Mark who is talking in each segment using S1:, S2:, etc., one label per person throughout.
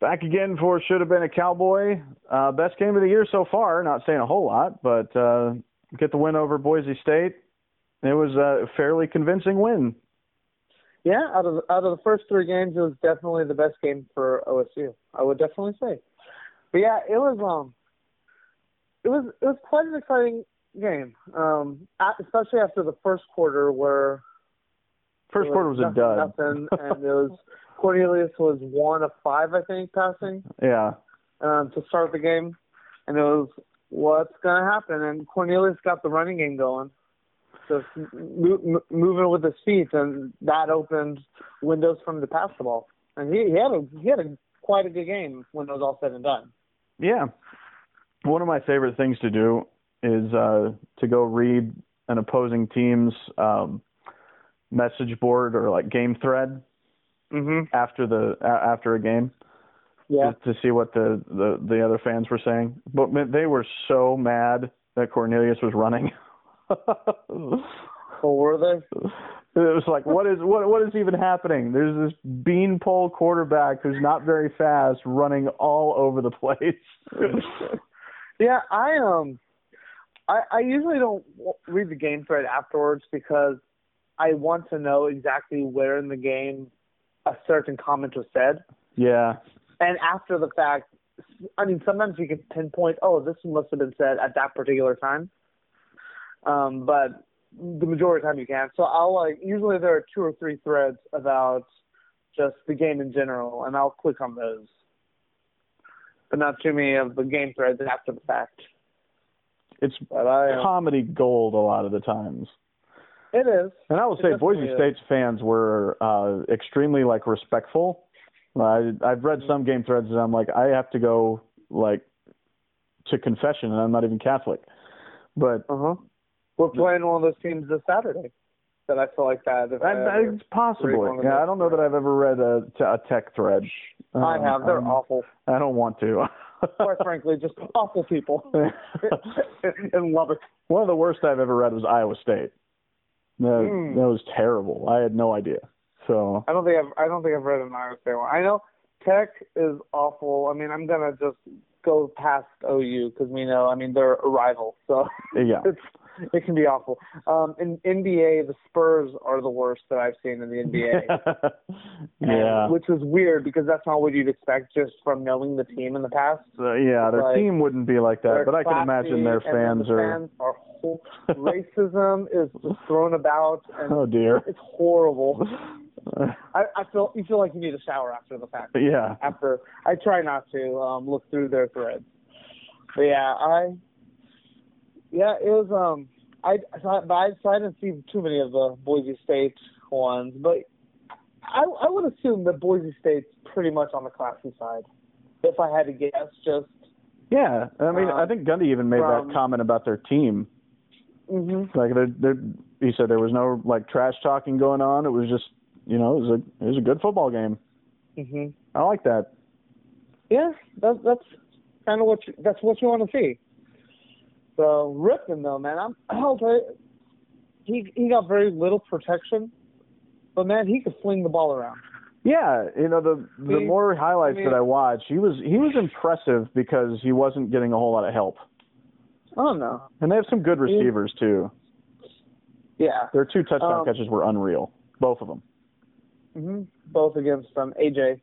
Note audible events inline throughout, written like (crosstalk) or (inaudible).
S1: Back again for should have been a cowboy. Uh, best game of the year so far. Not saying a whole lot, but uh, get the win over Boise State. It was a fairly convincing win.
S2: Yeah, out of out of the first three games, it was definitely the best game for OSU. I would definitely say. But yeah, it was um, it was it was quite an exciting game, um, a- especially after the first quarter where
S1: First
S2: it
S1: quarter was a
S2: nothing,
S1: dud.
S2: nothing,
S1: (laughs)
S2: and it was Cornelius was one of five, I think, passing
S1: Yeah,
S2: um, to start the game, and it was what's going to happen. And Cornelius got the running game going, just mo- mo- moving with his feet, and that opened windows for him to pass the ball. And he, he had a he had a quite a good game when it was all said and done.
S1: yeah. One of my favorite things to do is uh, to go read an opposing team's um, message board or like game thread
S2: Mm-hmm.
S1: after the a- after a game.
S2: Yeah.
S1: to, to see what the, the the other fans were saying. But man, they were so mad that Cornelius was running. (laughs)
S2: So were they?
S1: it was like, what is what what is even happening? There's this beanpole quarterback who's not very fast, running all over the
S2: (laughs)
S1: place.
S2: Yeah, I um, I I usually don't w- read the game thread afterwards because I want to know exactly where in the game a certain comment was said,
S1: yeah,
S2: and after the fact, I mean sometimes you can pinpoint, oh, this must have been said at that particular time, um, but the majority of the time you can't. So I'll like usually there are two or three threads about just the game in general, and I'll click on those, but not too many of the game threads after the fact.
S1: it's
S2: But I, um,
S1: comedy gold a lot of the times.
S2: It is.
S1: And I will
S2: It
S1: say, Boise
S2: definitely
S1: State's fans were uh, extremely like respectful. I, I've
S2: Mm-hmm.
S1: read some game threads, and I'm like, I have to go like to confession, and I'm not even Catholic. But
S2: Uh huh. We're playing one of those teams this Saturday. That I feel like that. If
S1: I,
S2: I,
S1: I,
S2: ever-
S1: it's possible.
S2: one of
S1: Yeah, I
S2: those
S1: don't know that I've ever read a, t- a tech thread.
S2: I
S1: Um,
S2: have. They're
S1: I'm-
S2: awful.
S1: I don't want to.
S2: Quite frankly, just awful (laughs) people (laughs) in Lubbock.
S1: (laughs) One of the worst I've ever read was Iowa State. That,
S2: Hmm.
S1: that was terrible. I had no idea. So
S2: I don't think I've I don't think I've read an Iowa State one. I know Tech is awful. I mean, I'm gonna just go past OU because we know. I mean, they're a rival, so (laughs)
S1: yeah,
S2: it's it can be awful. Um, in NBA, the Spurs are the worst that I've seen in the NBA. And-
S1: (laughs) yeah.
S2: Which was weird because that's not what you'd expect just from knowing the team in the past.
S1: So, yeah, their
S2: Like,
S1: team wouldn't be like that,
S2: They're
S1: but I can imagine their
S2: classy, and then
S1: fans are. (laughs)
S2: the fans are. hor- racism is just thrown about, and
S1: (laughs) oh dear.
S2: it's horrible. I, I feel you feel like you need a shower after the fact.
S1: (laughs) yeah.
S2: After I try not to um, look through their threads, but yeah, I yeah it was um I but I, so I didn't see too many of the Boise State ones, but I I would assume that Boise State's pretty much on the classy side, if I had to guess. Just
S1: Yeah. I mean,
S2: Um,
S1: I think Gundy even made
S2: from-
S1: that comment about their team.
S2: hmm
S1: Like, they're, they're, he said there was no like trash talking going on. It was just, you know, it was a it was a good football game.
S2: hmm
S1: I like that.
S2: yeah, that's that's kind of what you, that's what you want to see. So Ripon though, man, I'm (clears throat) I'll tell you, he he got very little protection, but man, he could fling the ball around.
S1: Yeah, you know the the
S2: He-
S1: more highlights
S2: I mean-
S1: that I watch, he was he was impressive because he wasn't getting a whole lot of help.
S2: I don't know.
S1: And they have some good
S2: He-
S1: receivers too.
S2: Yeah,
S1: Their two touchdown
S2: Um,
S1: catches were unreal, both of them. (laughs)
S2: hmm both against um AJ.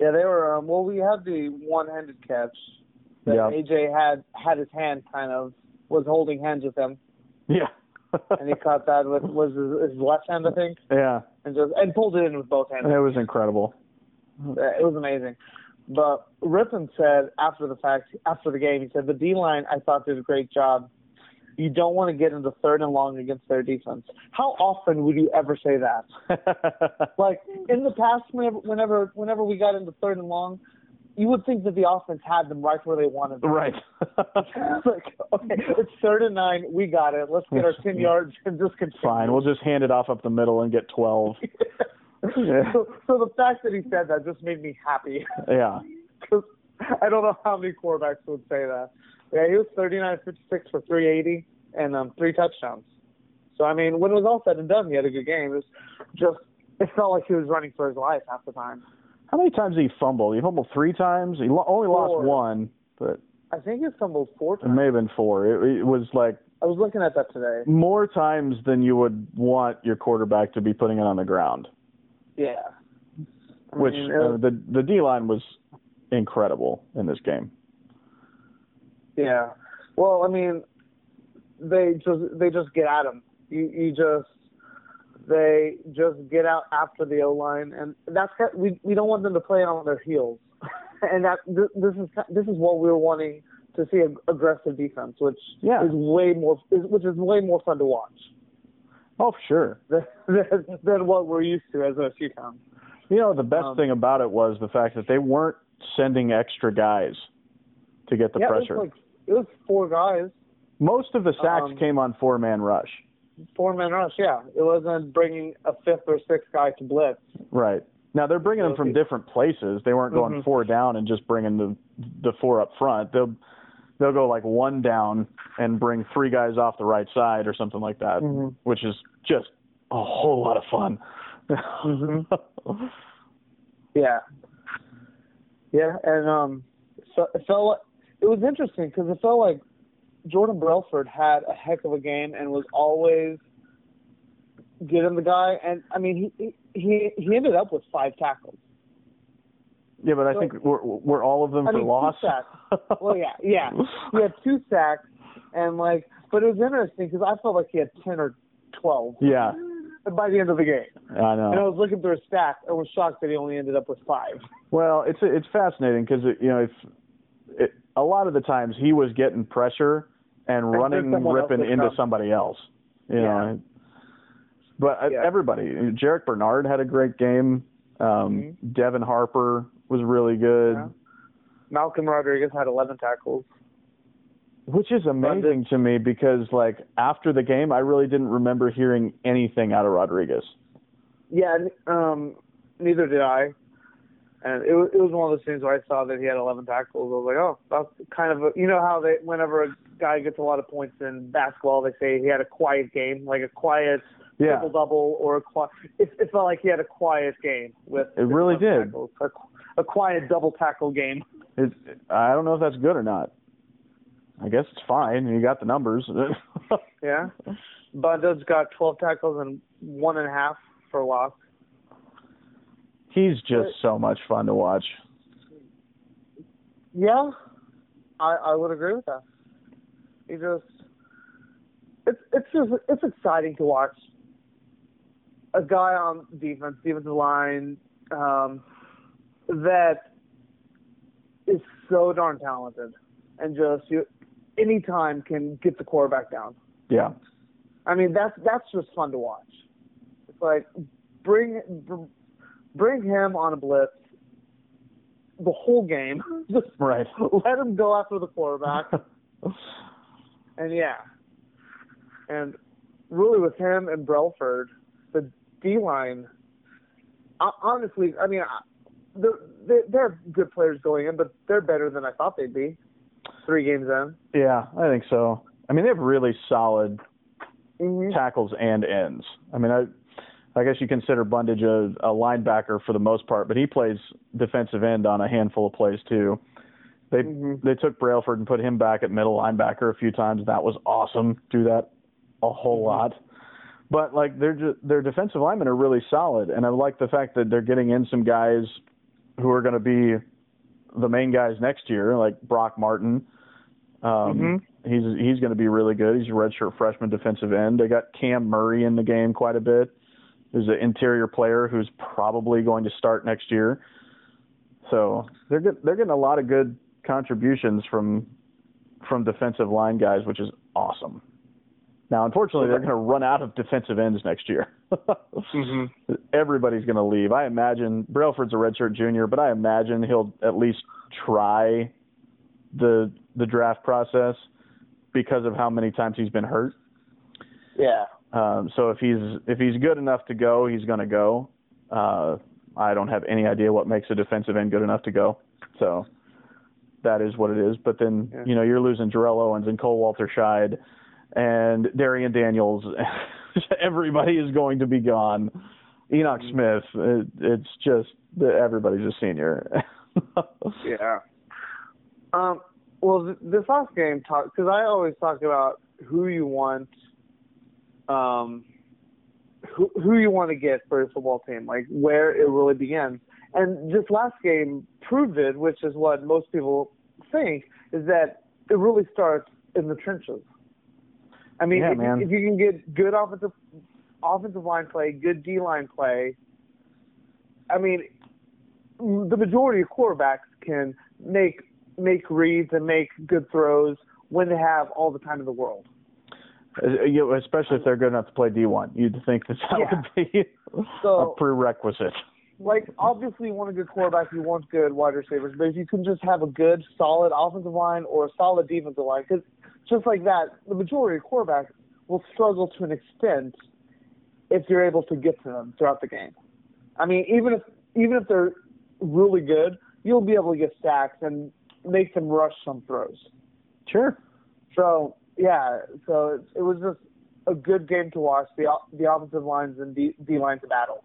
S2: Yeah, they were. Um, well, we had the one-handed catch that
S1: Yeah.
S2: AJ had had his hand kind of was holding hands with him,
S1: Yeah.
S2: and he caught that with was his, his left hand, I think,
S1: (laughs) yeah.
S2: and just and pulled it in with both hands.
S1: It was incredible.
S2: Uh, it was amazing. But Ripon said after the fact, after the game, he said the D line I thought did a great job. You don't want to get into third and long against their defense. How often would you ever say that? Like in the past, whenever whenever whenever we got into third and long, you would think that the offense had them (laughs) right where they wanted them. (laughs)
S1: right.
S2: It's like, okay, it's third and nine. We got it. Let's get our ten yards and just continue.
S1: (laughs) Fine. We'll just hand it off up the middle and get 12. Yeah.
S2: (laughs) so, so the fact that he said that just made me happy.
S1: Yeah.
S2: Cause I don't know how many quarterbacks would say that. Yeah, he was 39 56 for 380 and um, three touchdowns. So, I mean, when it was all said and done, he had a good game. It was just, it felt like he was running for his life half the time.
S1: How many times did he fumble? He fumbled three times. He lo- only
S2: Four.
S1: lost one, but
S2: I think he fumbled four
S1: it
S2: times.
S1: may have been four. It, it was like
S2: I was looking at that today.
S1: more times than you would want your quarterback to be putting it on the ground.
S2: Yeah. I
S1: Which
S2: mean, it
S1: uh,
S2: was-
S1: the the D line was incredible in this game.
S2: yeah. Well, I mean, they just they just get at him. You you just they just get out after the O line, and that's ki- we we don't want them to play on their heels, (laughs) and that th- this is ki- this is what we were wanting to see ag- aggressive defense, which
S1: Yeah.
S2: is way more is, which is way more fun to watch (laughs)
S1: Oh, for sure.
S2: than, than, than what we're used to as OSU fans.
S1: You know, the best
S2: Um,
S1: thing about it was the fact that they weren't sending extra guys to get the
S2: yeah,
S1: pressure.
S2: It was, like, it was four guys,
S1: Most of the sacks
S2: um,
S1: came on four man rush.
S2: four man rush. Yeah, it wasn't bringing a fifth or sixth guy to blitz.
S1: Right. Now they're bringing them from
S2: Okay.
S1: different places. They weren't going
S2: Mhm.
S1: four down and just bringing the the four up front. They'll they'll go like one down and bring three guys off the right side or something like that,
S2: Mhm.
S1: which is just a whole lot of fun.
S2: Mm-hmm. Yeah, yeah, and um, so it felt like, it was interesting because it felt like Jordan Brelford had a heck of a game and was always getting the guy. And I mean, he he he ended up with five tackles.
S1: (laughs) yeah, but I
S2: So-
S1: think we're we're all of them
S2: I
S1: for
S2: mean, two
S1: loss.
S2: sacks. Well, yeah,
S1: (laughs)
S2: yeah. He had two sacks and like, but it was interesting because I felt like he had ten or twelve
S1: yeah, Oh.
S2: by the end of the game.
S1: I know.
S2: And I was looking through his stats and was shocked that he only ended up with five.
S1: Well, it's it's fascinating because it, you know if it, a lot of the times he was getting pressure and
S2: then
S1: running
S2: someone else
S1: ripping
S2: would
S1: into
S2: come.
S1: somebody else. You
S2: Yeah.
S1: know, but uh,
S2: Yeah.
S1: everybody, Jarek Bernard had a great game. Um, Devin Harper was really good,
S2: Mm-hmm. Yeah. Malcolm Rodriguez had 11 tackles.
S1: which is amazing to me because like after the game, I really didn't remember hearing anything out of Rodriguez.
S2: Yeah, n- um, neither did I. And it was, it was one of those things where I saw that he had 11 tackles. I was like, oh, that's kind of a, you know how they, whenever a guy gets a lot of points in basketball, they say he had a quiet game, like a quiet
S1: Yeah,
S2: triple double or a quiet. It, it felt like he had a quiet game with.
S1: It really
S2: 11
S1: did.
S2: Tackles, a, qu- a quiet double tackle game.
S1: it, I don't know if that's good or not. I guess it's fine. You got the numbers. (laughs)
S2: Yeah. Bundo's got 12 tackles and one and a half for loss.
S1: He's just so much fun to watch.
S2: Yeah, I I would agree with that. He just it's it's just it's exciting to watch a guy on defense, defensive line, um, that is so darn talented and just you any time can get the quarterback down.
S1: Yeah.
S2: I mean that's that's just fun to watch. It's like bring br- bring him on a blitz the whole game. (laughs) Just
S1: Right.
S2: let him go after the
S1: (laughs)
S2: quarterback. and yeah. And really with him and Brelford, the D line, honestly, I mean, I- they're, they're, they're good players going in, but they're better than I thought they'd be three games in.
S1: yeah, I think so. I mean, they have really solid
S2: Mm-hmm.
S1: tackles and ends. I mean, I I guess you consider Bundage a, a linebacker for the most part, but he plays defensive end on a handful of plays too. They
S2: Mhm.
S1: they took Brailford and put him back at middle linebacker a few times. That was awesome. Do that a whole lot. But like their ju- their defensive linemen are really solid, and I like the fact that they're getting in some guys who are going to be the main guys next year, like Brock Martin. Um,
S2: Mhm.
S1: He's he's going to be really good. He's a redshirt freshman defensive end. They got Cam Murray in the game quite a bit. Who's an interior player who's probably going to start next year. So they're get, they're getting a lot of good contributions from from defensive line guys, which is awesome. Now, unfortunately, they're going to run out of defensive ends next year. (laughs)
S2: Mm-hmm.
S1: Everybody's going to leave. I imagine Brailford's a redshirt junior, but I imagine he'll at least try the the draft process because of how many times he's been hurt.
S2: Yeah.
S1: Um, so if he's if he's good enough to go, he's going to go. Uh, I don't have any idea what makes a defensive end good enough to go. So that is what it is. But then
S2: Yeah.
S1: you know you're losing Jarrell Owens and Cole Walter Scheid (laughs) and Darian Daniels. Everybody is going to be gone. Enoch
S2: Mm-hmm.
S1: Smith. It, it's just that everybody's a senior.
S2: Yeah. Um. Well, th- this last game talk because I always talk about who you want, um, who who you want to get for your football team, like where it really begins. And this last game proved it, which is what most people think is that it really starts in the trenches. I mean,
S1: Yeah,
S2: if,
S1: man.
S2: if you can get good offensive offensive line play, good D line play, I mean, the majority of quarterbacks can make make reads and make good throws when they have all the time in the world.
S1: Uh, (laughs) you know, Especially if they're good enough to play D1. You'd think that that
S2: Yeah.
S1: would be a
S2: So,
S1: prerequisite.
S2: like, obviously, you want a good quarterback, you want good wide receivers, but if you can just have a good, solid offensive line or a solid defensive line, because just like that, the majority of quarterbacks will struggle to an extent if you're able to get to them throughout the game. I mean, even if even if they're really good, you'll be able to get sacks and make them rush some throws.
S1: Sure.
S2: So yeah, so it, it was just a good game to watch. The o- the offensive lines and D, D lines battle.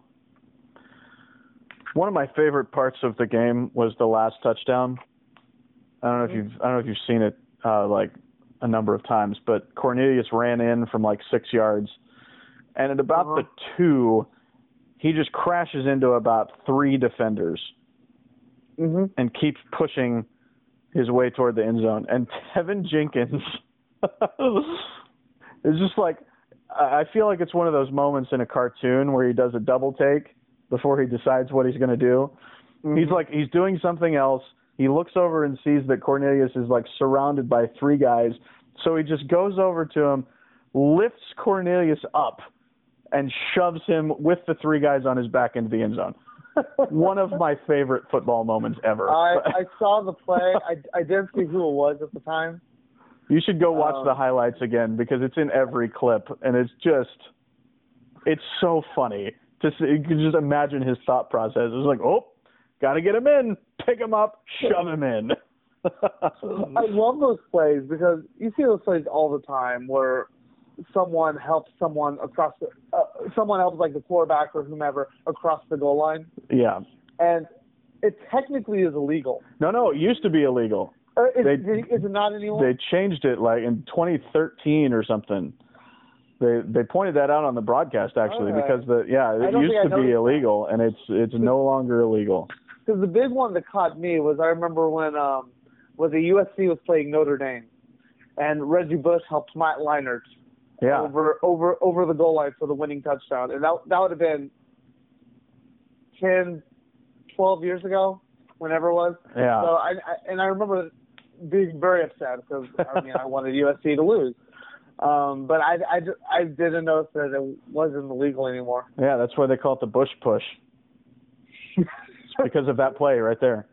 S1: One of my favorite parts of the game was the last touchdown. I don't know if you've I don't know if you've seen it uh, like a number of times, but Cornelius ran in from like six yards, and at about
S2: Uh-huh.
S1: the two, he just crashes into about three defenders
S2: Mm-hmm.
S1: and keeps pushing his way toward the end zone. And (laughs) Tevin Jenkins (laughs) is just like I I feel like it's one of those moments in a cartoon where he does a double take before he decides what he's going to do.
S2: Mm-hmm.
S1: He's like he's doing something else. He looks over and sees that Cornelius is like surrounded by three guys. So he just goes over to him, lifts Cornelius up, and shoves him with the three guys on his back into the end zone. One
S2: (laughs)
S1: of my favorite football moments ever.
S2: I
S1: (laughs)
S2: I saw the play. I I didn't see who it was at the time.
S1: you should go watch
S2: um,
S1: the highlights again because it's in every clip and it's just it's so funny. Just you can just imagine his thought process. It's like, "Oh, got to get him in. Pick him up, shove him in."
S2: (laughs) I love those plays because you see those plays all the time where someone helps someone across the uh, someone helps like the quarterback or whomever across the goal line,
S1: (laughs) yeah.
S2: and it technically is illegal.
S1: No, no, it used to be illegal.
S2: Uh, is,
S1: They-
S2: is it not anymore?
S1: They changed it like in 2013 or something. They they pointed that out on the broadcast actually
S2: Okay.
S1: because the yeah,
S2: I
S1: it
S2: don't
S1: used
S2: think
S1: to
S2: I
S1: be
S2: noticed
S1: illegal and it's it's no longer illegal.
S2: Because the big one that caught me was I remember when um was the USC was playing Notre Dame, and Reggie Bush helped Matt Leinart (laughs)
S1: Yeah.
S2: over over over the goal line for the winning touchdown, and that that would have been 10, 12 years ago, whenever it was.
S1: Yeah.
S2: So I, I and I remember being very upset because I mean I wanted USC to lose, um but I I ju- I didn't notice that it wasn't
S1: (laughs)
S2: illegal anymore.
S1: Yeah, that's why they call it the Bush push. It's (laughs) because of that play right there.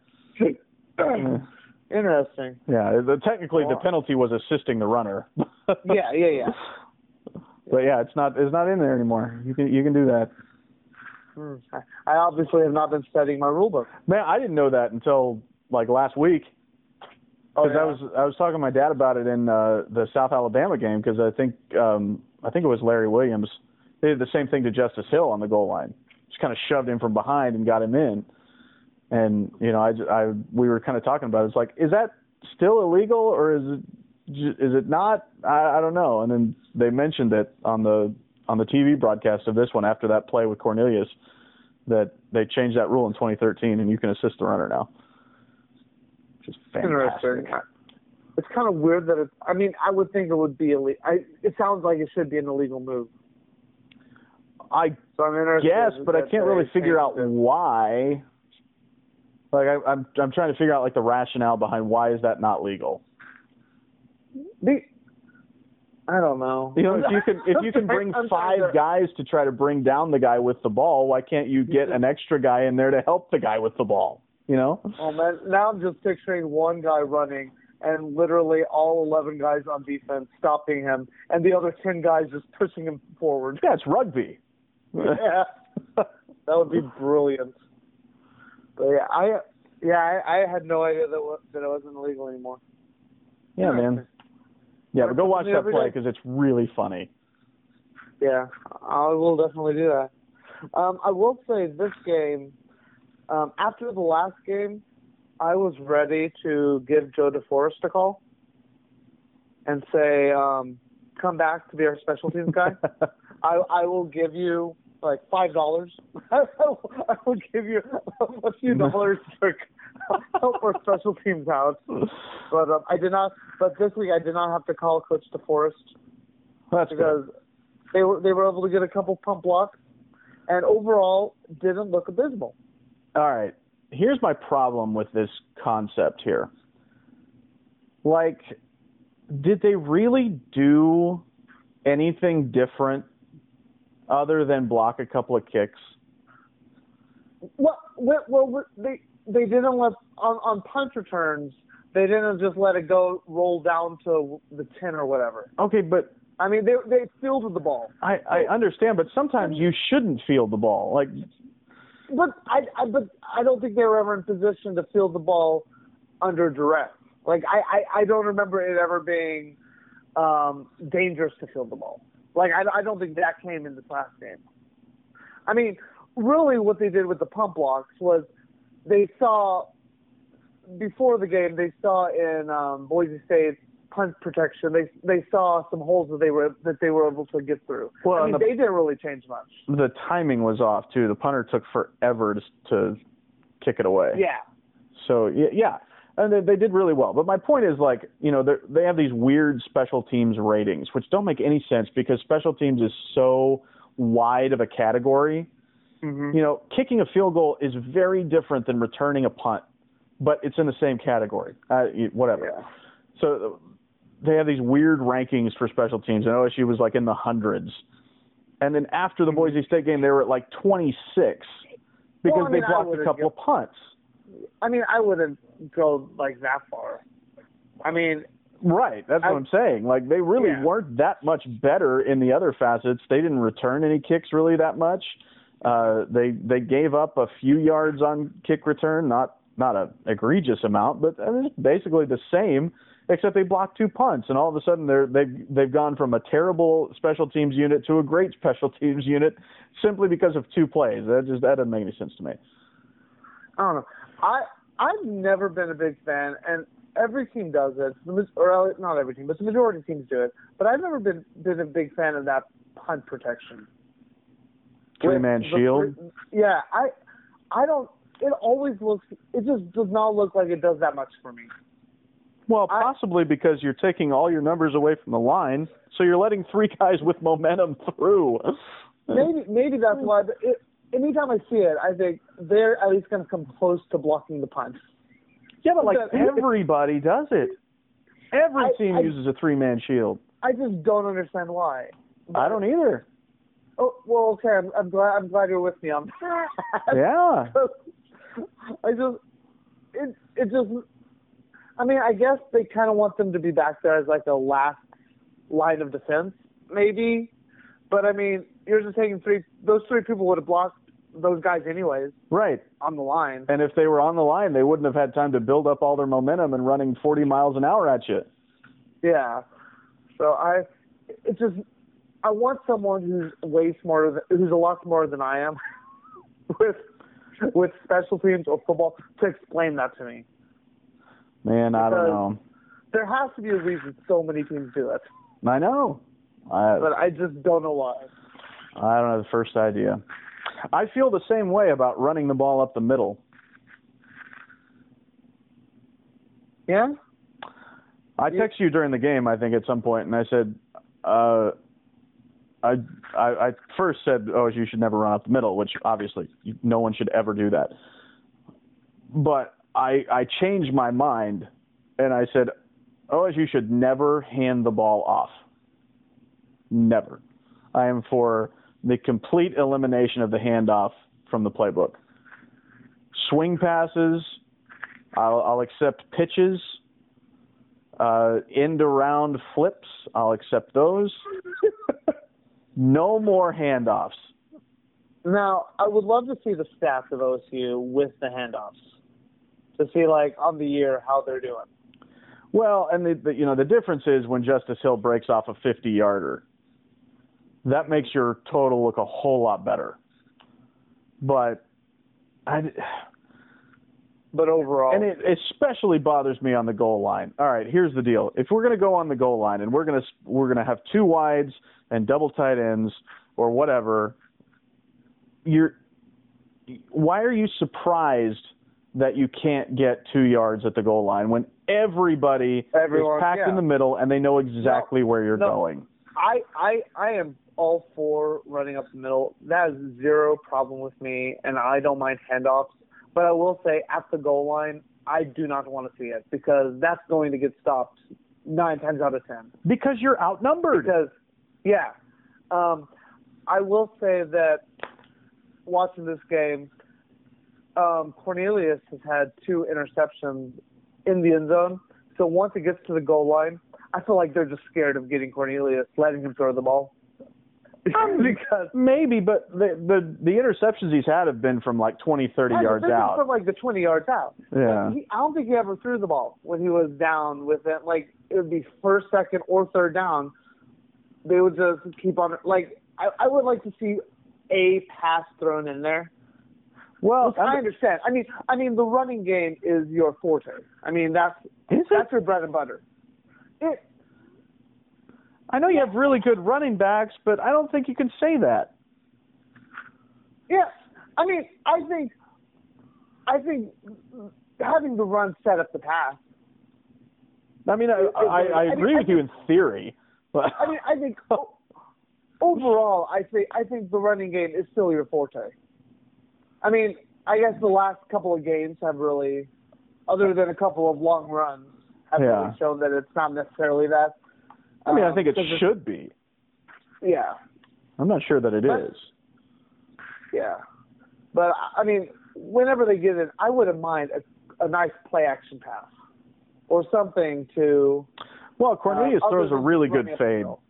S2: Interesting.
S1: Yeah, the, technically the
S2: Mm-hmm. Wow.
S1: penalty was assisting the runner. (laughs)
S2: Yeah, yeah, yeah.
S1: But yeah, it's not it's not in there anymore. You can you can do that.
S2: Hmm. I I obviously have not been studying my rule book.
S1: Man, I didn't know that until like last week. Because I was I was talking to my dad about it in uh, the South Alabama game because I think um, I think it was Larry Williams. They did the same thing to Justice Hill on the goal line. Just kind of shoved him from behind and got him in. And you know, I, ju- I we were kind of talking about it. it's like is that still illegal or is it ju- is it not? I, I don't know. And then they mentioned it on the on the TV broadcast of this one after that play with Cornelius that they changed that rule in 2013 and you can assist the runner now. Which is fantastic.
S2: interesting. I- It's kind of weird that it's. I mean, I would think it would be illegal. I, it sounds like it should be an illegal move.
S1: I
S2: So I'm interested.
S1: guess,
S2: that
S1: but I
S2: they
S1: can't really figure out
S2: changed it.
S1: why. Like I, I'm, I'm trying to figure out like the rationale behind why is that not legal.
S2: They, I don't know.
S1: You know, if you can, if you
S2: (laughs)
S1: can bring
S2: Sometimes
S1: five
S2: they're-
S1: guys to try to bring down the guy with the ball, why can't you get an extra guy in there to help the guy with the ball? You know?
S2: Oh man, now I'm just picturing one guy running and literally all 11 guys on defense stopping him, and the other 10 guys just pushing him
S1: (laughs)
S2: forward.
S1: Yeah, it's rugby.
S2: yeah. (laughs) That would be brilliant. But yeah, I yeah, I, I had no idea that wa- that it wasn't illegal anymore.
S1: yeah, man. Yeah, but go watch that play because it's really funny.
S2: Yeah, I will definitely do that. Um, I will say this game, um, after the last game, I was ready to give Joe DeForest a call and say, um, come back to be our special teams
S1: (laughs)
S2: guy. I, I will give you like five dollars. (laughs) I will give you a
S1: (laughs)
S2: few dollars to help our special teams out. But um, I did not. But this week I did not have to call Coach DeForest
S1: That's
S2: because
S1: good.
S2: they were they were able to get a couple pump blocks, and overall didn't look abysmal.
S1: All right. Here's my problem with this concept here. Like, did they really do anything different other than block a couple of kicks?
S2: Well, well, well they they didn't let on on punt returns. They didn't just let it go roll down to the ten or whatever.
S1: Okay, but
S2: I mean, they they fielded the ball.
S1: I, I understand, but sometimes you shouldn't field the ball. Like,
S2: But I, I but I don't think they were ever in position to field the ball under duress. Like I, I, I don't remember it ever being um, dangerous to field the ball. Like I, I don't think that came in this last game. I mean, really, what they did with the pump blocks was they saw before the game they saw in um, Boise State's punt protection they they saw some holes that they were that they were able to get through.
S1: Well,
S2: I
S1: and
S2: mean,
S1: the-
S2: they didn't really change much.
S1: the timing was off, too. The punter took forever to, to kick it away.
S2: Yeah.
S1: So y- yeah, and they, they did really well. But my point is like you know they're- they have these weird special teams ratings, which don't make any sense because special teams is so wide of a category.
S2: Mm-hmm.
S1: You know, kicking a field goal is very different than returning a punt, but it's in the same category. Uh, y- whatever.
S2: Yeah.
S1: So they have these weird rankings for special teams, and OSU was like in the hundreds. And then after the Boise State game, they were at like 26 because
S2: Mm-hmm. Well, I mean,
S1: they
S2: I
S1: blocked a
S2: would've
S1: couple of punts.
S2: I mean, I wouldn't go like that far. I mean,
S1: Right. That's
S2: I-
S1: what I'm saying. Like they really
S2: Yeah.
S1: weren't that much better in the other facets. They didn't return any kicks really that much. Uh, they they gave up a few yards on kick return, not not a egregious amount, but I mean, it's basically the same. Except they blocked two punts, and all of a sudden they're they've they've gone from a terrible special teams unit to a great (laughs) special teams unit simply because of two plays. That just that doesn't make any sense to me.
S2: I don't know. I I've never been a big fan, and every team does it. The, mas- or uh, not every team, but the majority of teams do it. But I've never been been a big fan of that punt protection.
S1: Three man
S2: With the
S1: shield.
S2: three- yeah, I I don't. It always looks. It just does not look like it does that much for me.
S1: Well,
S2: I-
S1: possibly because you're taking all your numbers away from the line, so you're letting (laughs) three guys with momentum through. Hmm.
S2: Maybe maybe that's why. But it, anytime I see it, I think they're at least going to come close to blocking the punt.
S1: yeah, but like
S2: but that-
S1: everybody does it. Every
S2: I-
S1: team
S2: I-
S1: uses a three-man shield.
S2: I just don't understand why.
S1: I don't e- either.
S2: Oh well, okay. I'm, I'm glad. I'm glad you're with me on that.
S1: (laughs)
S2: (laughs)
S1: Yeah.
S2: I just, it, it just. I mean, I guess they kind of want them to be back there as like a last line of defense, maybe. But I mean, you're just taking three. Those three people would have blocked those guys anyways
S1: Right.
S2: on the line.
S1: And if they were on the line, they wouldn't have had time to build up all their momentum and running 40 miles an hour at you.
S2: Yeah. So I, it's just, I want someone who's way smarter, than, who's a lot smarter than I am, (laughs) with, with special teams or football to explain that to me.
S1: Man, I don't
S2: Because-
S1: know.
S2: There has to be a reason so many teams do it,
S1: I know. I,
S2: but I just don't know why.
S1: I don't have the first idea. I feel the same way about running the ball up the middle.
S2: Yeah.
S1: I
S2: Yeah.
S1: texted you during the game, I think, at some point, and I said, uh, I, I, I first said, oh, you should never run up the middle, which obviously you- no one should ever do that. But I, I changed my mind, and I said, OSU should never hand the ball off. Never. I am for the complete elimination of the handoff from the playbook. Swing passes, I'll, I'll accept pitches, uh, end around flips, I'll accept those. (laughs) no more handoffs.
S2: Now I would love to see the stats of OSU with the handoffs, to see like on the year how they're doing.
S1: Well, and the, the you know the difference is when Justice Hill breaks off a 50 yarder, that makes your total look a whole lot better. But I,
S2: But overall,
S1: and it especially bothers me on the goal line. All right, here's the deal: if we're going to go on the goal line and we're going to we're going to have two wides and double tight ends or whatever, you're why are you surprised that you can't get two yards at the goal line when everybody
S2: Everyone,
S1: is packed
S2: yeah.
S1: in the middle and they know exactly where you're
S2: no.
S1: going?
S2: I, I I am all for running up the middle. That is zero problem with me, and I don't mind handoffs. But I will say, at the goal line, I do not want to see it because that's going to get stopped nine times out of ten.
S1: Because you're outnumbered.
S2: Because, yeah, um, I will say that watching this game, um, Cornelius has had two interceptions in the end zone. So once it gets to the goal line, I feel like they're just scared of getting Cornelius, letting him throw the ball. (laughs) because
S1: Um, Maybe, but the, the the interceptions he's had have been from like 20, 30
S2: Yeah,
S1: yards
S2: this is
S1: out.
S2: from like the 20 yards out.
S1: Yeah.
S2: He, I don't think he ever threw the ball when he was down with it. Like it would be first, second, or third down. They would just keep on. Like I, I would like to see a pass thrown in there.
S1: Well,
S2: I understand. I mean, I mean the running game is your forte. I mean that's
S1: is it?
S2: that's your bread and butter. It,
S1: I know you have really good running backs, but I don't think you can say that.
S2: yeah. I mean I think I think having the run set up the pass.
S1: I mean, I, I, I,
S2: I mean,
S1: agree
S2: I
S1: with you in theory, but
S2: I mean, I think o- overall, I think I think the running game is still your forte. I mean, I guess the last couple of games have really, other than a couple of long runs, have
S1: Yeah.
S2: really shown that it's not necessarily that.
S1: (laughs) I mean, I
S2: Um,
S1: think it
S2: 'cause it's-
S1: should be.
S2: Yeah,
S1: I'm not sure that it
S2: But-
S1: is.
S2: yeah, but I- I mean, whenever they get it, I wouldn't mind a, a nice play action pass or something to.
S1: Well, Cornelius
S2: uh, other
S1: throws a
S2: than
S1: really
S2: running
S1: good
S2: up the
S1: fade.
S2: middle.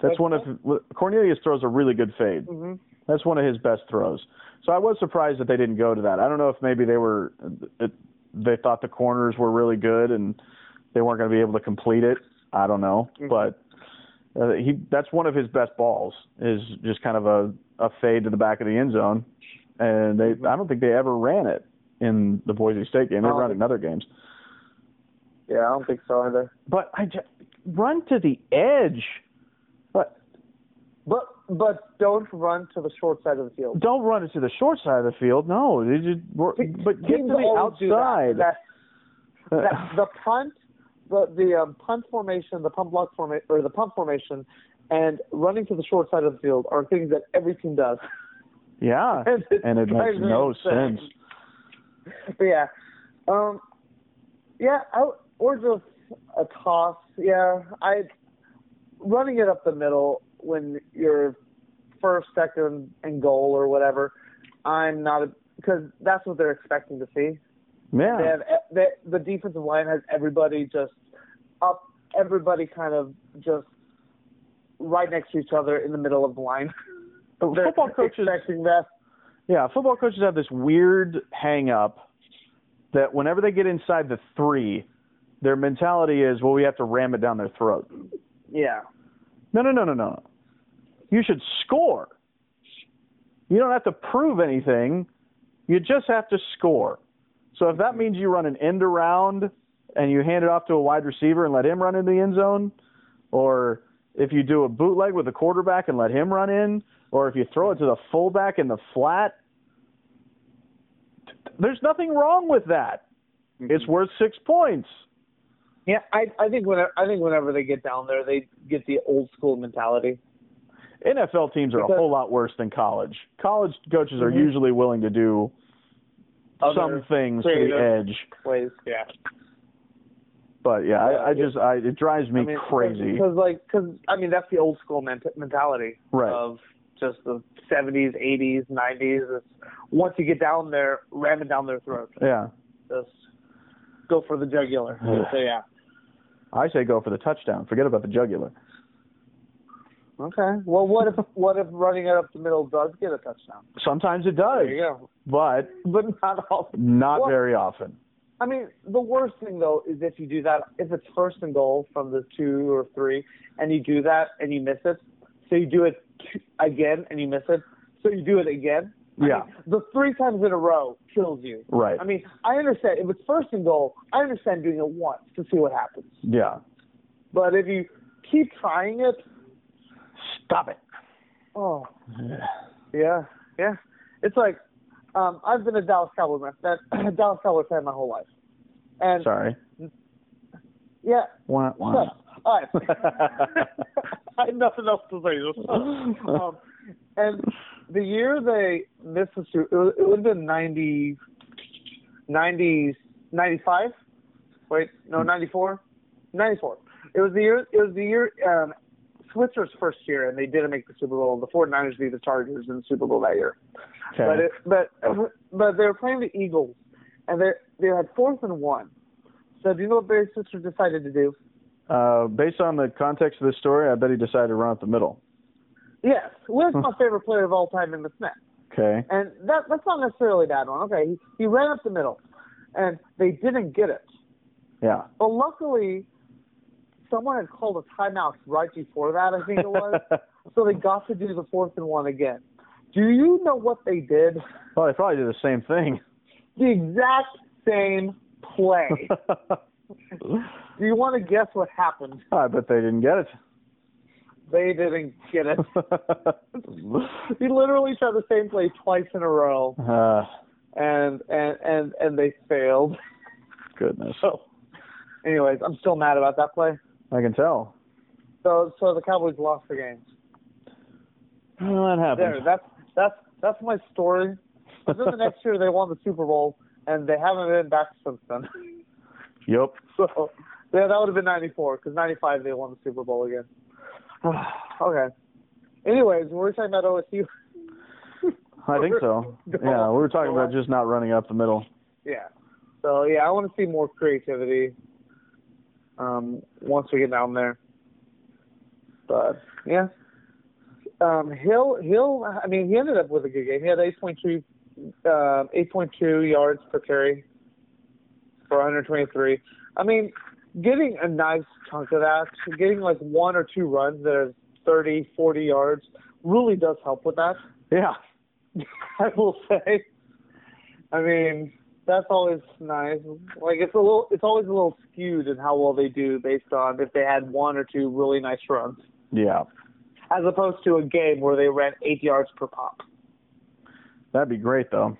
S1: That's one of Cornelius throws a really good fade.
S2: Mhm.
S1: That's one of his best throws. So I was surprised that they didn't go to that. I don't know if maybe they were it, they thought the corners were really good and they weren't going to be able to complete it. I don't know,
S2: Mhm.
S1: but uh, he that's one of his best balls is just kind of a a fade to the back of the end zone, and they
S2: Mm-hmm.
S1: I don't think they ever ran it in the Boise State game. They
S2: I don't
S1: ran it
S2: think-
S1: in other games,
S2: Yeah, I don't think so either.
S1: but I just, run to the edge. But
S2: But but don't run to the short side of the field.
S1: don't run it to the short side of the field. No, you just, wor-
S2: Teams
S1: but get to the
S2: always do
S1: outside.
S2: That, that, that, the punt, the the um, punt formation, the pump block formation, or the pump formation, and running to the short side of the field are things that every team does.
S1: (laughs) yeah,
S2: And it
S1: and it
S2: drives
S1: makes
S2: me
S1: no
S2: insane.
S1: sense.
S2: But (laughs) yeah, um, yeah, I, or just a toss. Yeah, I running it up the middle when you're first, second, and goal or whatever. I'm not a because that's what they're expecting to see. They
S1: Yeah,
S2: have they, the defensive line has everybody just up, everybody kind of just right next to each other in the middle of the line. They're
S1: football coaches.
S2: expecting that.
S1: Yeah, football coaches have this weird hang up that whenever they get inside the three, their mentality is, well, we have to ram it down their throat.
S2: Yeah,
S1: No, no, no, no, no. You should score. You don't have to prove anything. You just have to score. So if that means you run an end around and you hand it off to a wide receiver and let him run in the end zone, or if you do a bootleg with a quarterback and let him run in, or if you throw it to the fullback in the flat, there's nothing wrong with that. It's worth six points.
S2: yeah. I I think whenever I think whenever they get down there, they get the old school mentality.
S1: NFL teams are a
S2: Because-
S1: whole lot worse than college. College coaches are
S2: Mhm.
S1: usually willing to do
S2: Other
S1: some things to
S2: creative-
S1: the edge,
S2: Plays, yeah.
S1: but yeah,
S2: Yeah,
S1: I, I
S2: it-
S1: just I it drives me
S2: I mean,
S1: crazy.
S2: because like because I mean that's the old school ment- mentality
S1: Right.
S2: of just the 70s, 80s, 90s. It's, once you get down there, ram it down their throat.
S1: Yeah,
S2: just go for the jugular. so yeah.
S1: I say go for the touchdown. Forget about the jugular.
S2: Okay. Well, what if what if running it up the middle does get a touchdown?
S1: Sometimes it does,
S2: There you go.
S1: but
S2: But not all.
S1: not
S2: Well-
S1: very often.
S2: I mean, the worst thing though is if you do that. If it's first and goal from the two or three, and you do that and you miss it, so you do it t- again and you miss it, so you do it again I
S1: Yeah.
S2: mean, the three times in a row kills you.
S1: Right.
S2: I mean, I understand if it's first and goal, I understand doing it once to see what happens.
S1: Yeah.
S2: But if you keep trying it,
S1: Stop
S2: (sighs)
S1: it.
S2: oh yeah, yeah, it's like um, I've been a Dallas Cowboy man, that (clears throat) Dallas Cowboy fan my whole life, and
S1: Sorry.
S2: yeah,
S1: Wah, wah.
S2: so, (laughs) all right. I had nothing else to say. Just, um, and the year they missed the Super, it, was- it would have been 90, 90, 95? Wait, no, 94? 94. It was the year, it was the year, um, Switzer's first year, and they didn't make the Super Bowl. The 49ers beat the Chargers in the Super Bowl that year.
S1: Okay.
S2: But it, but (laughs) but they were playing the Eagles, and they they had fourth and one. So do you know what Barry Switzer decided to do?
S1: uh, based on the context of this story, I bet he decided to run up the middle.
S2: Yes, Will's my favorite player of all time in the snap.
S1: Okay.
S2: And that that's not necessarily a bad one. Okay, he, he ran up the middle, and they didn't get it.
S1: Yeah.
S2: But luckily, someone had called a timeout right before that. I think it was. so they got to do the fourth and one again. Do you know what they did?
S1: (laughs) well, they probably did the same thing.
S2: The exact same
S1: (laughs)
S2: play. Do you want to guess what happened?
S1: I bet they didn't get it.
S2: They didn't get it. (laughs) He literally tried the same play twice in a row,
S1: uh,
S2: and and and and they failed.
S1: goodness.
S2: (laughs) So, anyways, I'm still mad about that play.
S1: I can tell.
S2: So so the Cowboys lost the game.
S1: Well, that
S2: There,
S1: happens.
S2: that's that's that's my story. And then the
S1: (laughs)
S2: next year they won the Super Bowl and they haven't been back since then. (laughs)
S1: Yep.
S2: So yeah, that would have been '94 because '95 they won the Super Bowl again. (sighs) okay. Anyways, we're talking about OSU.
S1: I think so. Yeah, we were talking about just not running up the middle.
S2: Yeah. So yeah, I want to see more creativity. Um, once we get down there. But yeah. Um, Hill, Hill. I mean, he ended up with a good game. He had 8.2, um, 8.2 yards per carry for 123. I mean, getting a nice chunk of that, getting like one or two runs that are 30, 40 yards, really does help with that.
S1: Yeah.
S2: (laughs) I will say. I mean, that's always nice. Like it's a little, it's always a little skewed in how well they do based on if they had one or two really nice runs,
S1: Yeah.
S2: as opposed to a game where they ran eight yards per pop.
S1: That'd be great though.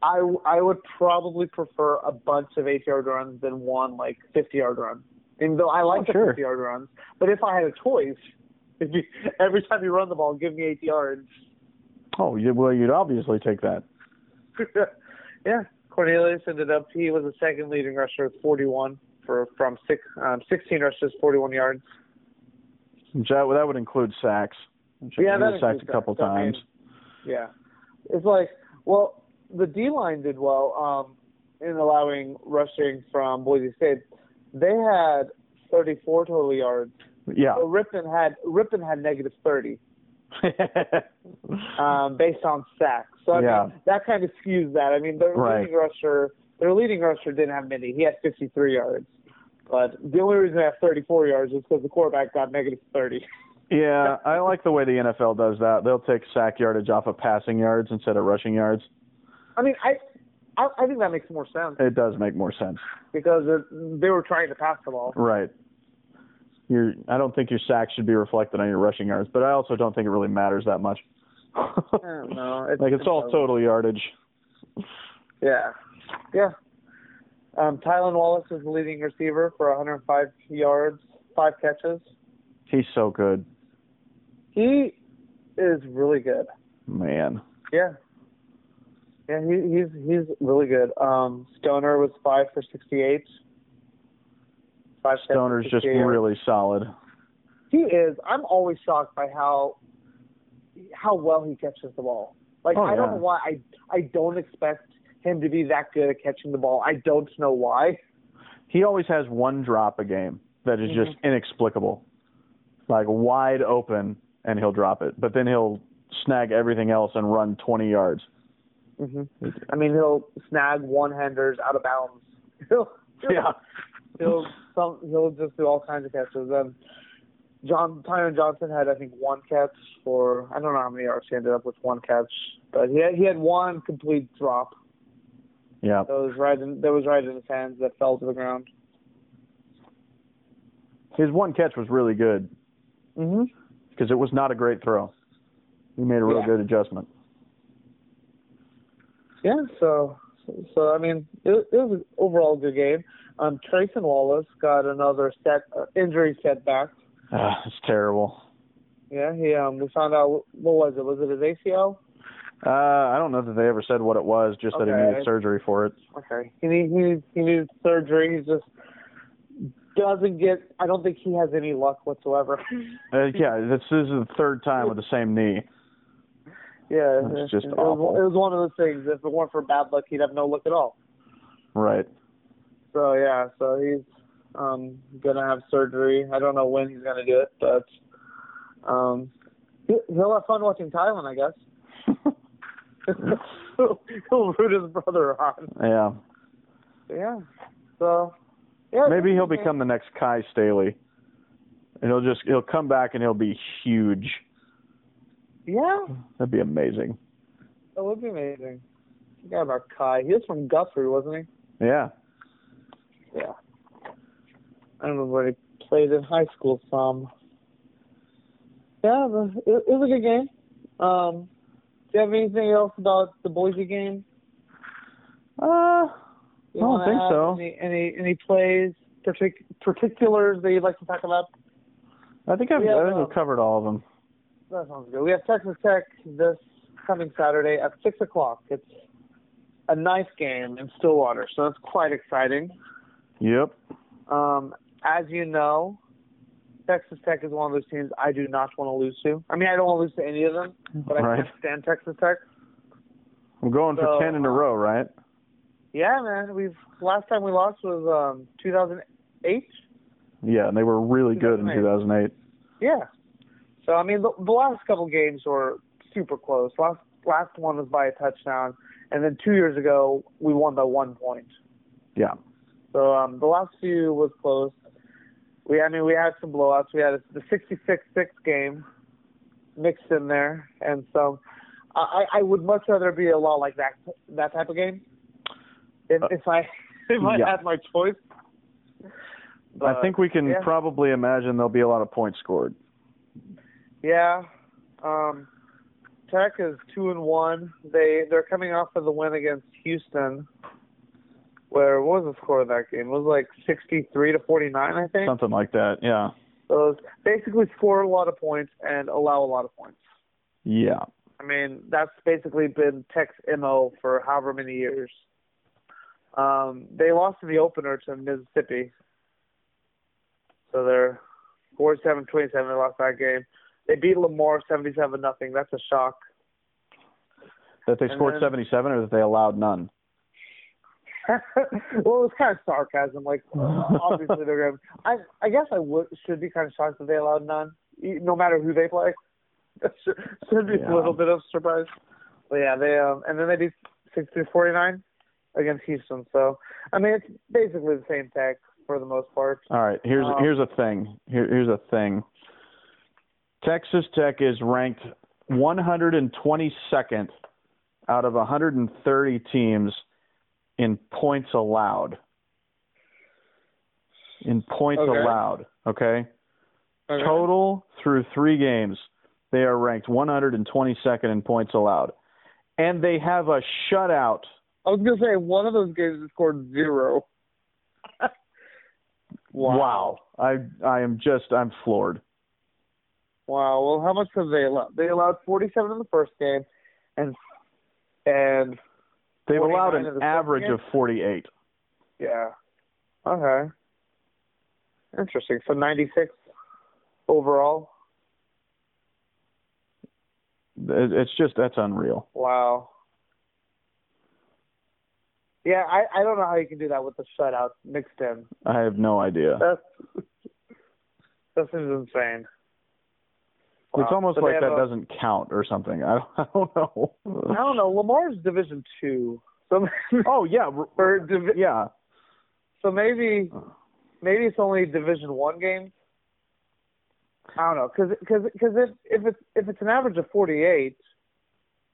S2: I I would probably prefer a bunch of eight yard runs than one like fifty yard run. Even though I like
S1: Oh, sure.
S2: the fifty yard runs, but if I had a choice, (laughs) it'd be, every time you run the ball, give me eight yards.
S1: Oh, you, well, you'd obviously take that.
S2: (laughs) yeah, Cornelius ended up. He was the second leading rusher with 41 for from six, um, 16 rushes, 41 yards.
S1: That, that would include sacks. Which
S2: Yeah,
S1: he
S2: that
S1: was sacked
S2: includes
S1: a couple
S2: sacks. I mean-
S1: times.
S2: Yeah, it's like well, the D line did well um, in allowing rushing from Boise State. They had 34 total yards.
S1: yeah.
S2: So Ripon had Ripon had negative 30 um, based on sacks. So I
S1: Yeah.
S2: mean, that kind of skews that. I mean, their
S1: Right.
S2: leading rusher, their leading rusher didn't have many. He had 53 yards. But the only reason they have 34 yards is because the quarterback got negative 30.
S1: (laughs) yeah, I like the way the NFL does that. They'll take sack yardage off of passing yards instead of rushing yards.
S2: (laughs) I mean, I, I, I think that makes more sense
S1: It does make more sense.
S2: because it, they were trying to pass the ball.
S1: Right. Your I don't think your sacks should be reflected on your rushing yards, but I also don't think it really matters that much. (laughs)
S2: don't know. It's-
S1: like it's all
S2: it's-
S1: total yardage.
S2: Yeah, yeah. Um, Tylen Wallace is the leading receiver for 105 yards, five catches.
S1: He's so good,
S2: He is really good.
S1: man.
S2: Yeah. Yeah, he, he's he's really good. Um, Stoner was five for sixty-eight. Five catches,
S1: Stoner's just
S2: 68.
S1: really solid.
S2: He is. I'm always shocked by how how well he catches the ball. Like
S1: Oh,
S2: I don't
S1: yeah.
S2: know why I I don't expect him to be that good at catching the ball. I don't know why.
S1: He always has one drop a game that is just
S2: Mhm.
S1: inexplicable, like wide open, and he'll drop it. But then he'll snag everything else and run 20 yards.
S2: hmm I mean, he'll snag one-handers out of bounds. (laughs) He'll,
S1: Yeah.
S2: he'll some, he'll just do all kinds of catches. And John Tyron Johnson had I think one catch for I don't know how many yards he ended up with one catch, but he had, he had one complete drop
S1: Yeah.
S2: that was right in that was right in his hands that fell to the ground.
S1: His one catch was really good
S2: hmm
S1: because it was not a great throw. He made a real
S2: Yeah.
S1: good adjustment.
S2: Yeah, so so I mean it, it was an overall good game. Um, Trayson Wallace got another set uh, injury setback.
S1: Uh, it's terrible.
S2: Yeah, he um we found out what was it? Was it his ACL?
S1: Uh, I don't know that they ever said what it was, just that he
S2: Okay.
S1: needed surgery for it.
S2: Okay. He need, he needs he needs surgery. He just doesn't get. I don't think he has any luck whatsoever. (laughs)
S1: Uh, yeah, this is the third time with the same knee.
S2: yeah,
S1: That's just
S2: it,
S1: awful.
S2: Was, it was one of those things. If it weren't for bad luck, he'd have no luck at all.
S1: Right.
S2: So yeah, so he's um gonna have surgery. I don't know when he's gonna do it, but um he- he'll have fun watching Tylen,
S1: (laughs)
S2: I guess. (laughs) he'll root his brother on.
S1: Yeah.
S2: Yeah. So yeah.
S1: Maybe he'll
S2: okay.
S1: become the next Kai Staley. And he'll just he'll come back and he'll be huge.
S2: Yeah.
S1: That'd be amazing.
S2: That would be amazing. Forgot about Kai. He was from Guthrie, wasn't
S1: Yeah.
S2: he? Yeah. I remember where he played in high school some. Yeah, it was, it it was a good game. Um, do you have anything else about the Boise game?
S1: Uh I
S2: You
S1: don't
S2: wanna
S1: think
S2: add?
S1: so.
S2: Any any, any plays, partic- particulars that you'd like to talk about?
S1: I think I've
S2: Yeah,
S1: I think
S2: no.
S1: we've covered all of them.
S2: That sounds good. We have Texas Tech this coming Saturday at six o'clock. It's a nice game in Stillwater, so that's quite exciting.
S1: Yep.
S2: Um, as you know, Texas Tech is one of those teams I do not want to lose to. I mean, I don't want to lose to any of them, but I
S1: Right.
S2: can't stand Texas Tech.
S1: I'm going
S2: So,
S1: for ten in a
S2: uh,
S1: row, right?
S2: Yeah, man. We've last time we lost was um 2008.
S1: Yeah, and they were really good in 2008.
S2: Yeah. So I mean, the, the last couple games were super close. Last last one was by a touchdown, and then two years ago we won by one point.
S1: Yeah.
S2: So um, the last few was close. We, I mean, we had some blowouts. We had the 66-6 game mixed in there, and so I, I I would much rather be a lot like that that type of game. If, if I (laughs) if I
S1: Uh, Yeah.
S2: had my choice.
S1: I think we can
S2: yeah.
S1: probably imagine there'll be a lot of points scored.
S2: Yeah. Um, Tech is two and one. They they're coming off of the win against Houston. Where what was the score of that game? It was like sixty three to forty nine, I think.
S1: Something like that. Yeah.
S2: So it's basically score a lot of points and allow a lot of points.
S1: Yeah.
S2: I mean, that's basically been Tech's MO for however many years. Um, they lost in the opener to Mississippi. So they're 47 27. They lost that game. They beat Lamar 77 nothing. That's a shock.
S1: That they
S2: And
S1: scored
S2: then-
S1: 77 or that they allowed none.
S2: (laughs) well, it was kind of sarcasm. Like, obviously, they're going to. I, I guess I would, should be kind of shocked that they allowed none, e- no matter who they play. (laughs) That should, should be
S1: Yeah.
S2: a little bit of surprise. But yeah, they. um And then they beat 60 49 against Houston. So, I mean, it's basically the same tech for the most part.
S1: All right, here's
S2: Um,
S1: here's a thing. Here, here's a thing. Texas Tech is ranked 122nd out of 130 teams in points allowed. In points
S2: Okay.
S1: allowed, okay? Total through 3 games, they are ranked 122nd in points allowed. And they have a shutout.
S2: I was going to say, one of those games they scored zero.
S1: I I am just I'm floored.
S2: Wow. Well, how much have they allowed? They allowed 47 in the first game, and and
S1: They've
S2: 49
S1: allowed
S2: of
S1: an
S2: the
S1: average
S2: second
S1: of 48.
S2: yeah. Okay. Interesting. So 96 overall.
S1: It- It's just that's unreal.
S2: Wow. Yeah, I I don't know how you can do that with the shutout mixed in.
S1: I have no idea.
S2: That's that seems insane.
S1: It's
S2: Wow.
S1: almost
S2: But they
S1: like that
S2: have a-
S1: doesn't count or something. (laughs) I don't, I don't know.
S2: I don't know. Lamar's Division Two. So
S1: (laughs)
S2: (laughs)
S1: Oh yeah, r-
S2: or divi-
S1: yeah.
S2: So maybe maybe it's only Division One games. I don't know, because because because if if it's if it's an average of 48,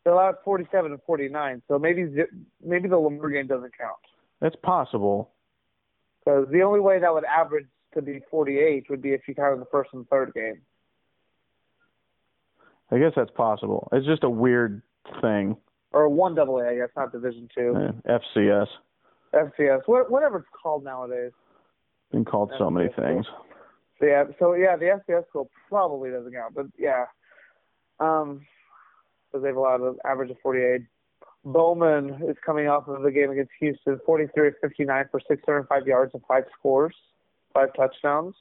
S2: they're allowed 47 and 49, so maybe zi- maybe the Lemur game doesn't count.
S1: That's possible.
S2: Because the only way that would average to be 48 would be if you counted the first and third game.
S1: I guess that's possible. It's just a weird thing.
S2: Or one double A, I guess, not Division Two,
S1: Eh, FCS
S2: FCS, wha- whatever it's called nowadays.
S1: been called so many
S2: FCS.
S1: things.
S2: So yeah, so yeah, the FCS school probably doesn't count, but yeah, um, because they've allowed an average of 48. Bowman is coming off of the game against Houston, 43 of 59 for 605 yards and five scores, five touchdowns.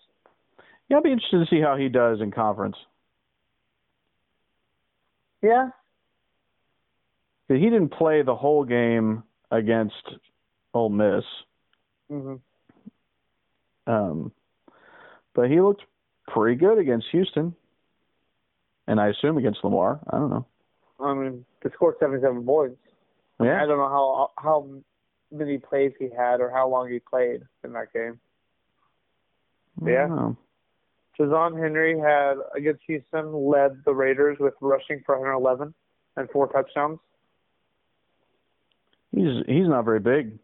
S1: Yeah, I'd be interested to see how he does in conference.
S2: Yeah,
S1: 'Cause He didn't play the whole game against Ole Miss,
S2: hmm
S1: um, but he looked pretty good against Houston, and I assume against Lamar. I don't know.
S2: I mean, they scored 77 points. I
S1: Yeah,
S2: don't know how how many plays he had or how long he played in that game. yeah.
S1: I don't know.
S2: Jazon Henry had against Houston led the Raiders with rushing for 111 and four touchdowns.
S1: He's he's not very big.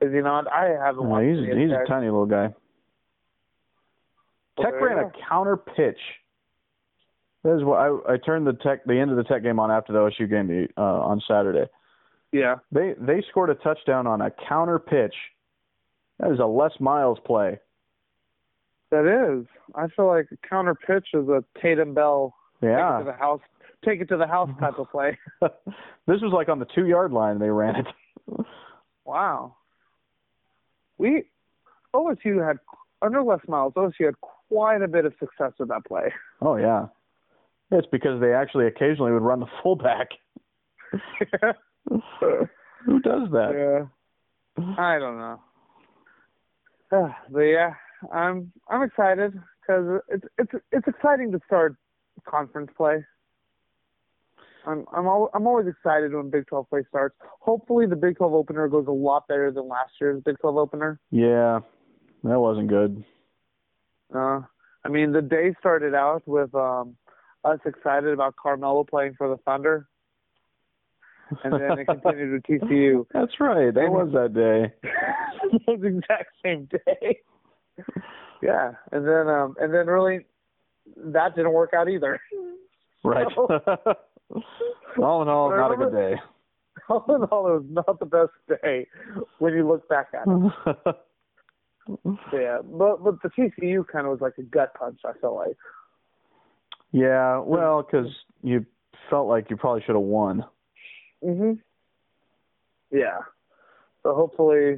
S2: Is he not? I haven't
S1: No,
S2: watched.
S1: Uh, he's
S2: any of
S1: he's a
S2: Tech.
S1: tiny little guy.
S2: Well,
S1: Tech
S2: there
S1: ran
S2: you
S1: a
S2: go.
S1: counter pitch. That is what I, I turned the tech the end of the tech game on after the OSU game the, uh, on Saturday.
S2: Yeah.
S1: They they scored a touchdown on a counter pitch. That is a Les Miles play.
S2: That is. I feel like a counter pitch is a Tatum Bell take it
S1: Yeah,
S2: to the house, take it to the house type of play.
S1: (laughs)
S2: (laughs)
S1: this was like on the two yard line. They ran it.
S2: Wow. We OSU had under Les Miles. OSU had quite a bit of success with that play. (laughs)
S1: Oh yeah, it's because they actually occasionally would run the
S2: (laughs)
S1: fullback. Who does that?
S2: yeah. I don't know. (sighs) but yeah, I'm I'm excited because it's it's it's exciting to start conference play. I'm I'm al- I'm always excited when Big 12 play starts. Hopefully, the Big 12 opener goes a lot better than last year's Big 12 opener.
S1: Yeah, that wasn't good.
S2: Uh, I mean, the day started out with um, us excited about Carmelo playing for the Thunder, and then (laughs) it continued with TCU.
S1: (laughs) That's right. That
S2: And-
S1: was that day.
S2: (laughs) those exact same day. yeah, and then um and then really that didn't work out either. (laughs)
S1: Right. (laughs) all in all,
S2: I
S1: not a good
S2: remember- (laughs)
S1: day.
S2: All in all, it was not the best day when you look back at it.
S1: Mm-hmm.
S2: Yeah, but but the TCU kind of was like a gut punch. I felt like.
S1: yeah, well, because you felt like you probably should have won.
S2: Mhm. Yeah. So hopefully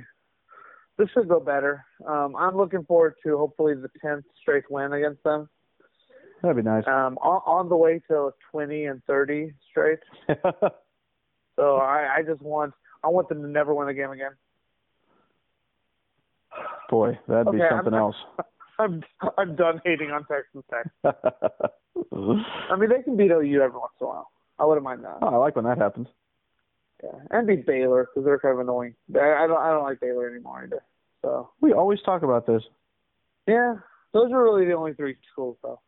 S2: this should go better. Um, I'm looking forward to hopefully the tenth straight win against them.
S1: That'd be nice. (laughs)
S2: Um, on, on the way to twenty and thirty straight. So I, I just want I want them to never win a game again. (laughs)
S1: Boy, that'd be
S2: Okay, I'm-
S1: something else.
S2: I'm I'm done hating on Texas Tech. I mean they can beat OU every once in a while. I wouldn't mind that.
S1: (laughs) oh, I like when that happens.
S2: Yeah. And beat Baylor because they're kind of annoying. I, I don't I don't like Baylor anymore either. So
S1: We always talk about this.
S2: yeah, those are really the only three schools though.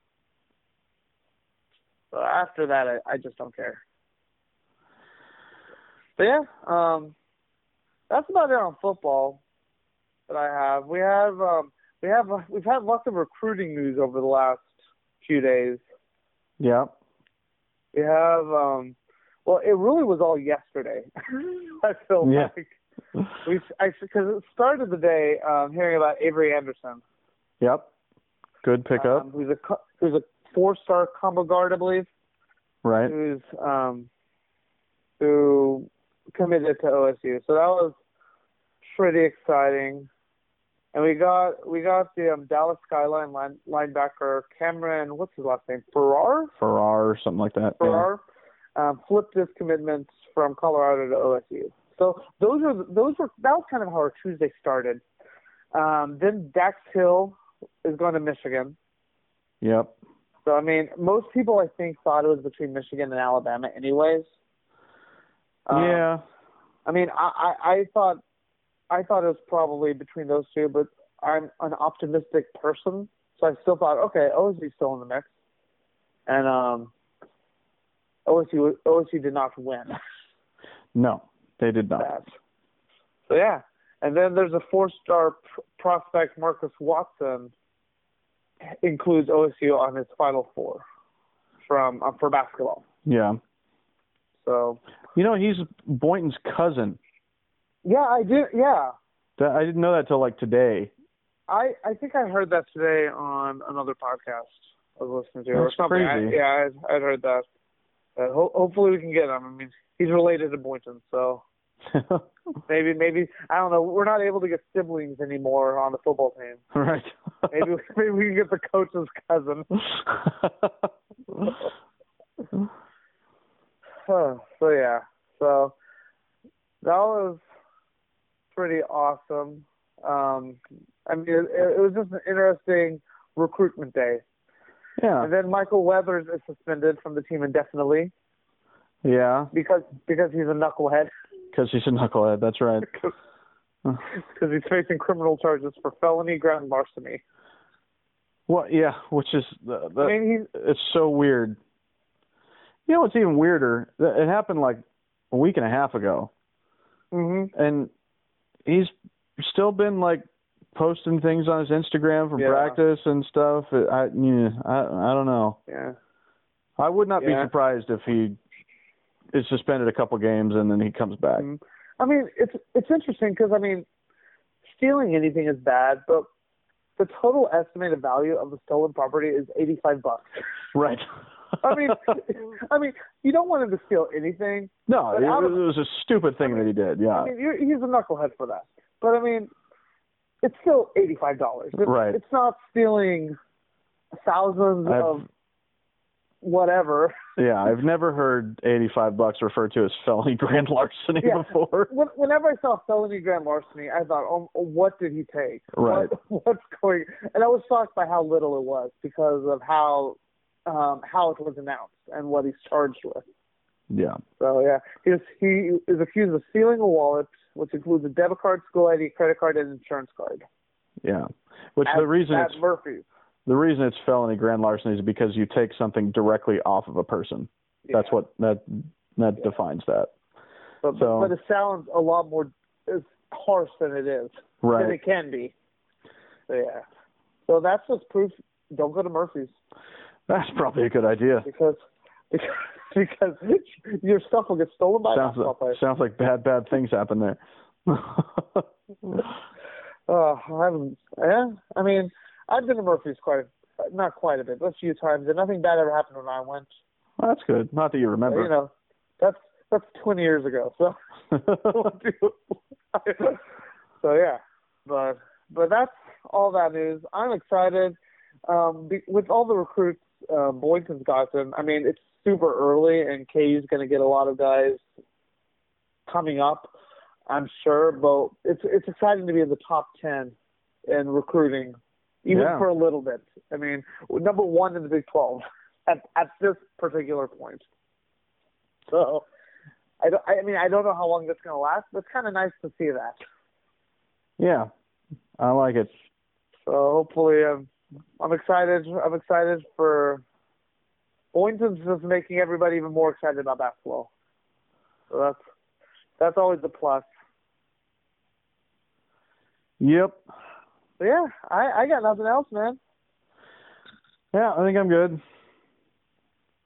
S2: But after that, I, I just don't care. But yeah, um, that's about it on football that I have. We have um, we have we've had lots of recruiting news over the last few days.
S1: Yeah.
S2: We have um, well, it really was all yesterday. (laughs) I feel
S1: Yeah.
S2: like we because it started the day um, hearing about Avery Anderson.
S1: Yep. Good pickup.
S2: Um, who's a co- who's a four-star combo guard, I believe.
S1: right.
S2: Who's um, who committed to OSU. So that was pretty exciting. And we got we got the um, Dallas Skyline line, linebacker Cameron. What's his last name? Farrar.
S1: Farrar or something like that.
S2: Farrar um, flipped his commitments from Colorado to OSU. So those are those were that was kind of how our Tuesday started. Um, then Dax Hill is going to Michigan.
S1: Yeah. Yep.
S2: So I mean, most people I think thought it was between Michigan and Alabama, anyways. Um,
S1: yeah.
S2: I mean, I, I I thought I thought it was probably between those two, but I'm an optimistic person, So I still thought, okay, OSU's still in the mix, and um, OSU OSU did not win (laughs)
S1: No, they did not.
S2: that. So yeah, and then there's a four-star pr- prospect, Marcus Watson, includes OSU on his final four from uh, for basketball.
S1: Yeah.
S2: So
S1: You know, he's Boynton's cousin.
S2: yeah, I did. Yeah,
S1: That, I didn't know that till like today. (laughs)
S2: I I think I heard that today on another podcast I was listening to or
S1: That's
S2: something. I,
S1: crazy.
S2: yeah, I, I'd heard that. Uh, ho- hopefully we can get him. I mean, he's related to Boynton, so maybe maybe I don't know. We're not able to get siblings anymore on the football team.
S1: right.
S2: Maybe (laughs) maybe we can get the coach's cousin. (sighs) Huh, so yeah, so that was pretty awesome. Um, I mean, it, it was just an interesting recruitment day.
S1: (laughs) yeah.
S2: And then Michael Weathers is suspended from the team indefinitely
S1: Yeah.
S2: because because he's a knucklehead (laughs)
S1: Because he's a knucklehead. That's right.
S2: because he's facing criminal charges for felony grand larceny.
S1: Well, yeah, which is the, the,
S2: I mean, he's
S1: it's so weird. You know what's even weirder? Th- It happened like a week and a half ago,
S2: mhm.
S1: and he's still been like posting things on his Instagram from
S2: Yeah.
S1: practice and stuff. I, yeah, I I don't know.
S2: yeah.
S1: I would not
S2: Yeah.
S1: be surprised if he is suspended a couple games and then he comes back.
S2: Mhm. I mean, it's it's interesting because I mean, stealing anything is bad, but the total estimated value of the stolen property is eighty five bucks.
S1: Right.
S2: I
S1: (laughs)
S2: mean, I mean, you don't want him to steal anything.
S1: no,
S2: but
S1: it,
S2: out of-
S1: it was a stupid thing that he did. Yeah.
S2: I mean, you're, he's a knucklehead for that. But I mean, it's still eighty-five dollars. It's,
S1: Right.
S2: It's not stealing thousands
S1: I've-
S2: of whatever.
S1: yeah, I've never heard 85 bucks referred to as felony grand (laughs) larceny
S2: Yeah.
S1: before.
S2: When, whenever I saw felony grand larceny, I thought, oh, what did he take?
S1: Right.
S2: What, (laughs) what's going? And I was shocked by how little it was because of how um, how it was announced and what he's charged with.
S1: Yeah.
S2: So yeah, he was, he is accused of stealing a wallet, which includes a debit card, school ID, credit card, and insurance card.
S1: Yeah. Which
S2: at,
S1: the reason
S2: at
S1: it's
S2: Murphy's.
S1: the reason it's felony grand larceny is because you take something directly off of a person. That's
S2: Yeah.
S1: what that that defines that.
S2: But,
S1: so-
S2: but it sounds a lot more it's harsh than it is than
S1: Right.
S2: it can be. So, yeah. So that's just proof. Don't go
S1: (laughs)
S2: to Murphy's
S1: That's probably a good idea.
S2: because (laughs) because, because your stuff will get stolen by
S1: Sounds
S2: basketball
S1: like,
S2: players.
S1: sounds like bad bad things happen there. (laughs)
S2: Uh, I haven't. Yeah. I mean, I've been to Murphy's quite a, not quite a bit, but a few times, and nothing bad ever happened when I went.
S1: Well, that's good. Not that you
S2: But, you
S1: remember.
S2: know, that's that's 20 years ago. So. (laughs) so yeah, but but that's all that news. I'm excited um, be, with all the recruits uh, Boynton's gotten. I mean, it's super early, and KU's going to get a lot of guys coming up, I'm sure. But it's it's exciting to be in the top ten in recruiting, even
S1: Yeah.
S2: for a little bit. I mean, number one in the Big Twelve (laughs) at at this particular point. So. I, don't, I mean, I don't know how long that's going to last, but it's kind of nice to see that.
S1: (laughs) yeah. I like it.
S2: So hopefully, I'm, I'm excited. I'm excited for Boynton's just making everybody even more excited about basketball. So that's that's always a plus.
S1: Yep.
S2: But yeah, I, I got nothing else, man.
S1: Yeah, I think I'm good.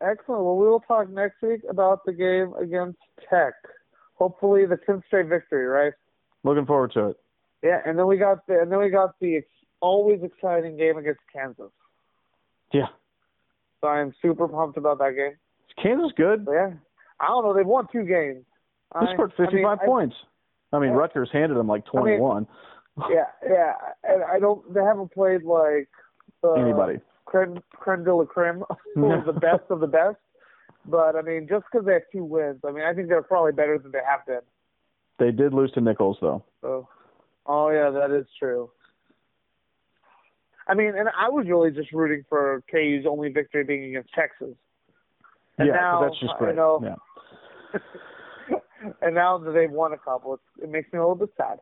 S2: Excellent. Well, we will talk next week about the game against Tech. Hopefully, the 10th straight victory, right?
S1: Looking forward to it.
S2: Yeah, and then we got the and then we got the ex- always exciting game against Kansas.
S1: Yeah.
S2: So I'm super pumped about that game.
S1: Is Kansas good?
S2: But yeah, I don't know. They've won two games.
S1: They
S2: I-
S1: scored
S2: I mean,
S1: 55
S2: I-
S1: points. I mean,
S2: Yeah.
S1: Rutgers handed them like 21.
S2: Yeah, yeah, and I don't. They haven't played like uh,
S1: Anybody.
S2: Creme, creme de la creme, (laughs) or the best of the best. But I mean, just because they have two wins, I mean, I think they're probably better than they have been.
S1: They did lose to Nichols though.
S2: So, oh yeah, that is true. I mean, and I was really just rooting for KU's only victory being against Texas, And
S1: yeah, 'cause
S2: now,
S1: that's just
S2: I
S1: great.
S2: know-
S1: Yeah.
S2: and now that they've won a couple, it's, it makes me a little bit sad.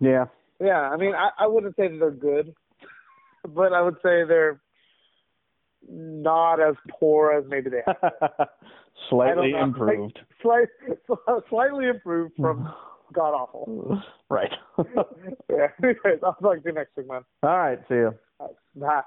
S1: Yeah. (laughs)
S2: Yeah, I mean, I, I wouldn't say that they're good. but I would say they're not as poor as maybe they have.
S1: Slightly
S2: I don't know.
S1: improved.
S2: (laughs) Slight, (laughs) slightly improved from god awful. (laughs)
S1: right. All
S2: Yeah. Anyways, I'll talk to you next week, man.
S1: right. See you.
S2: Bye.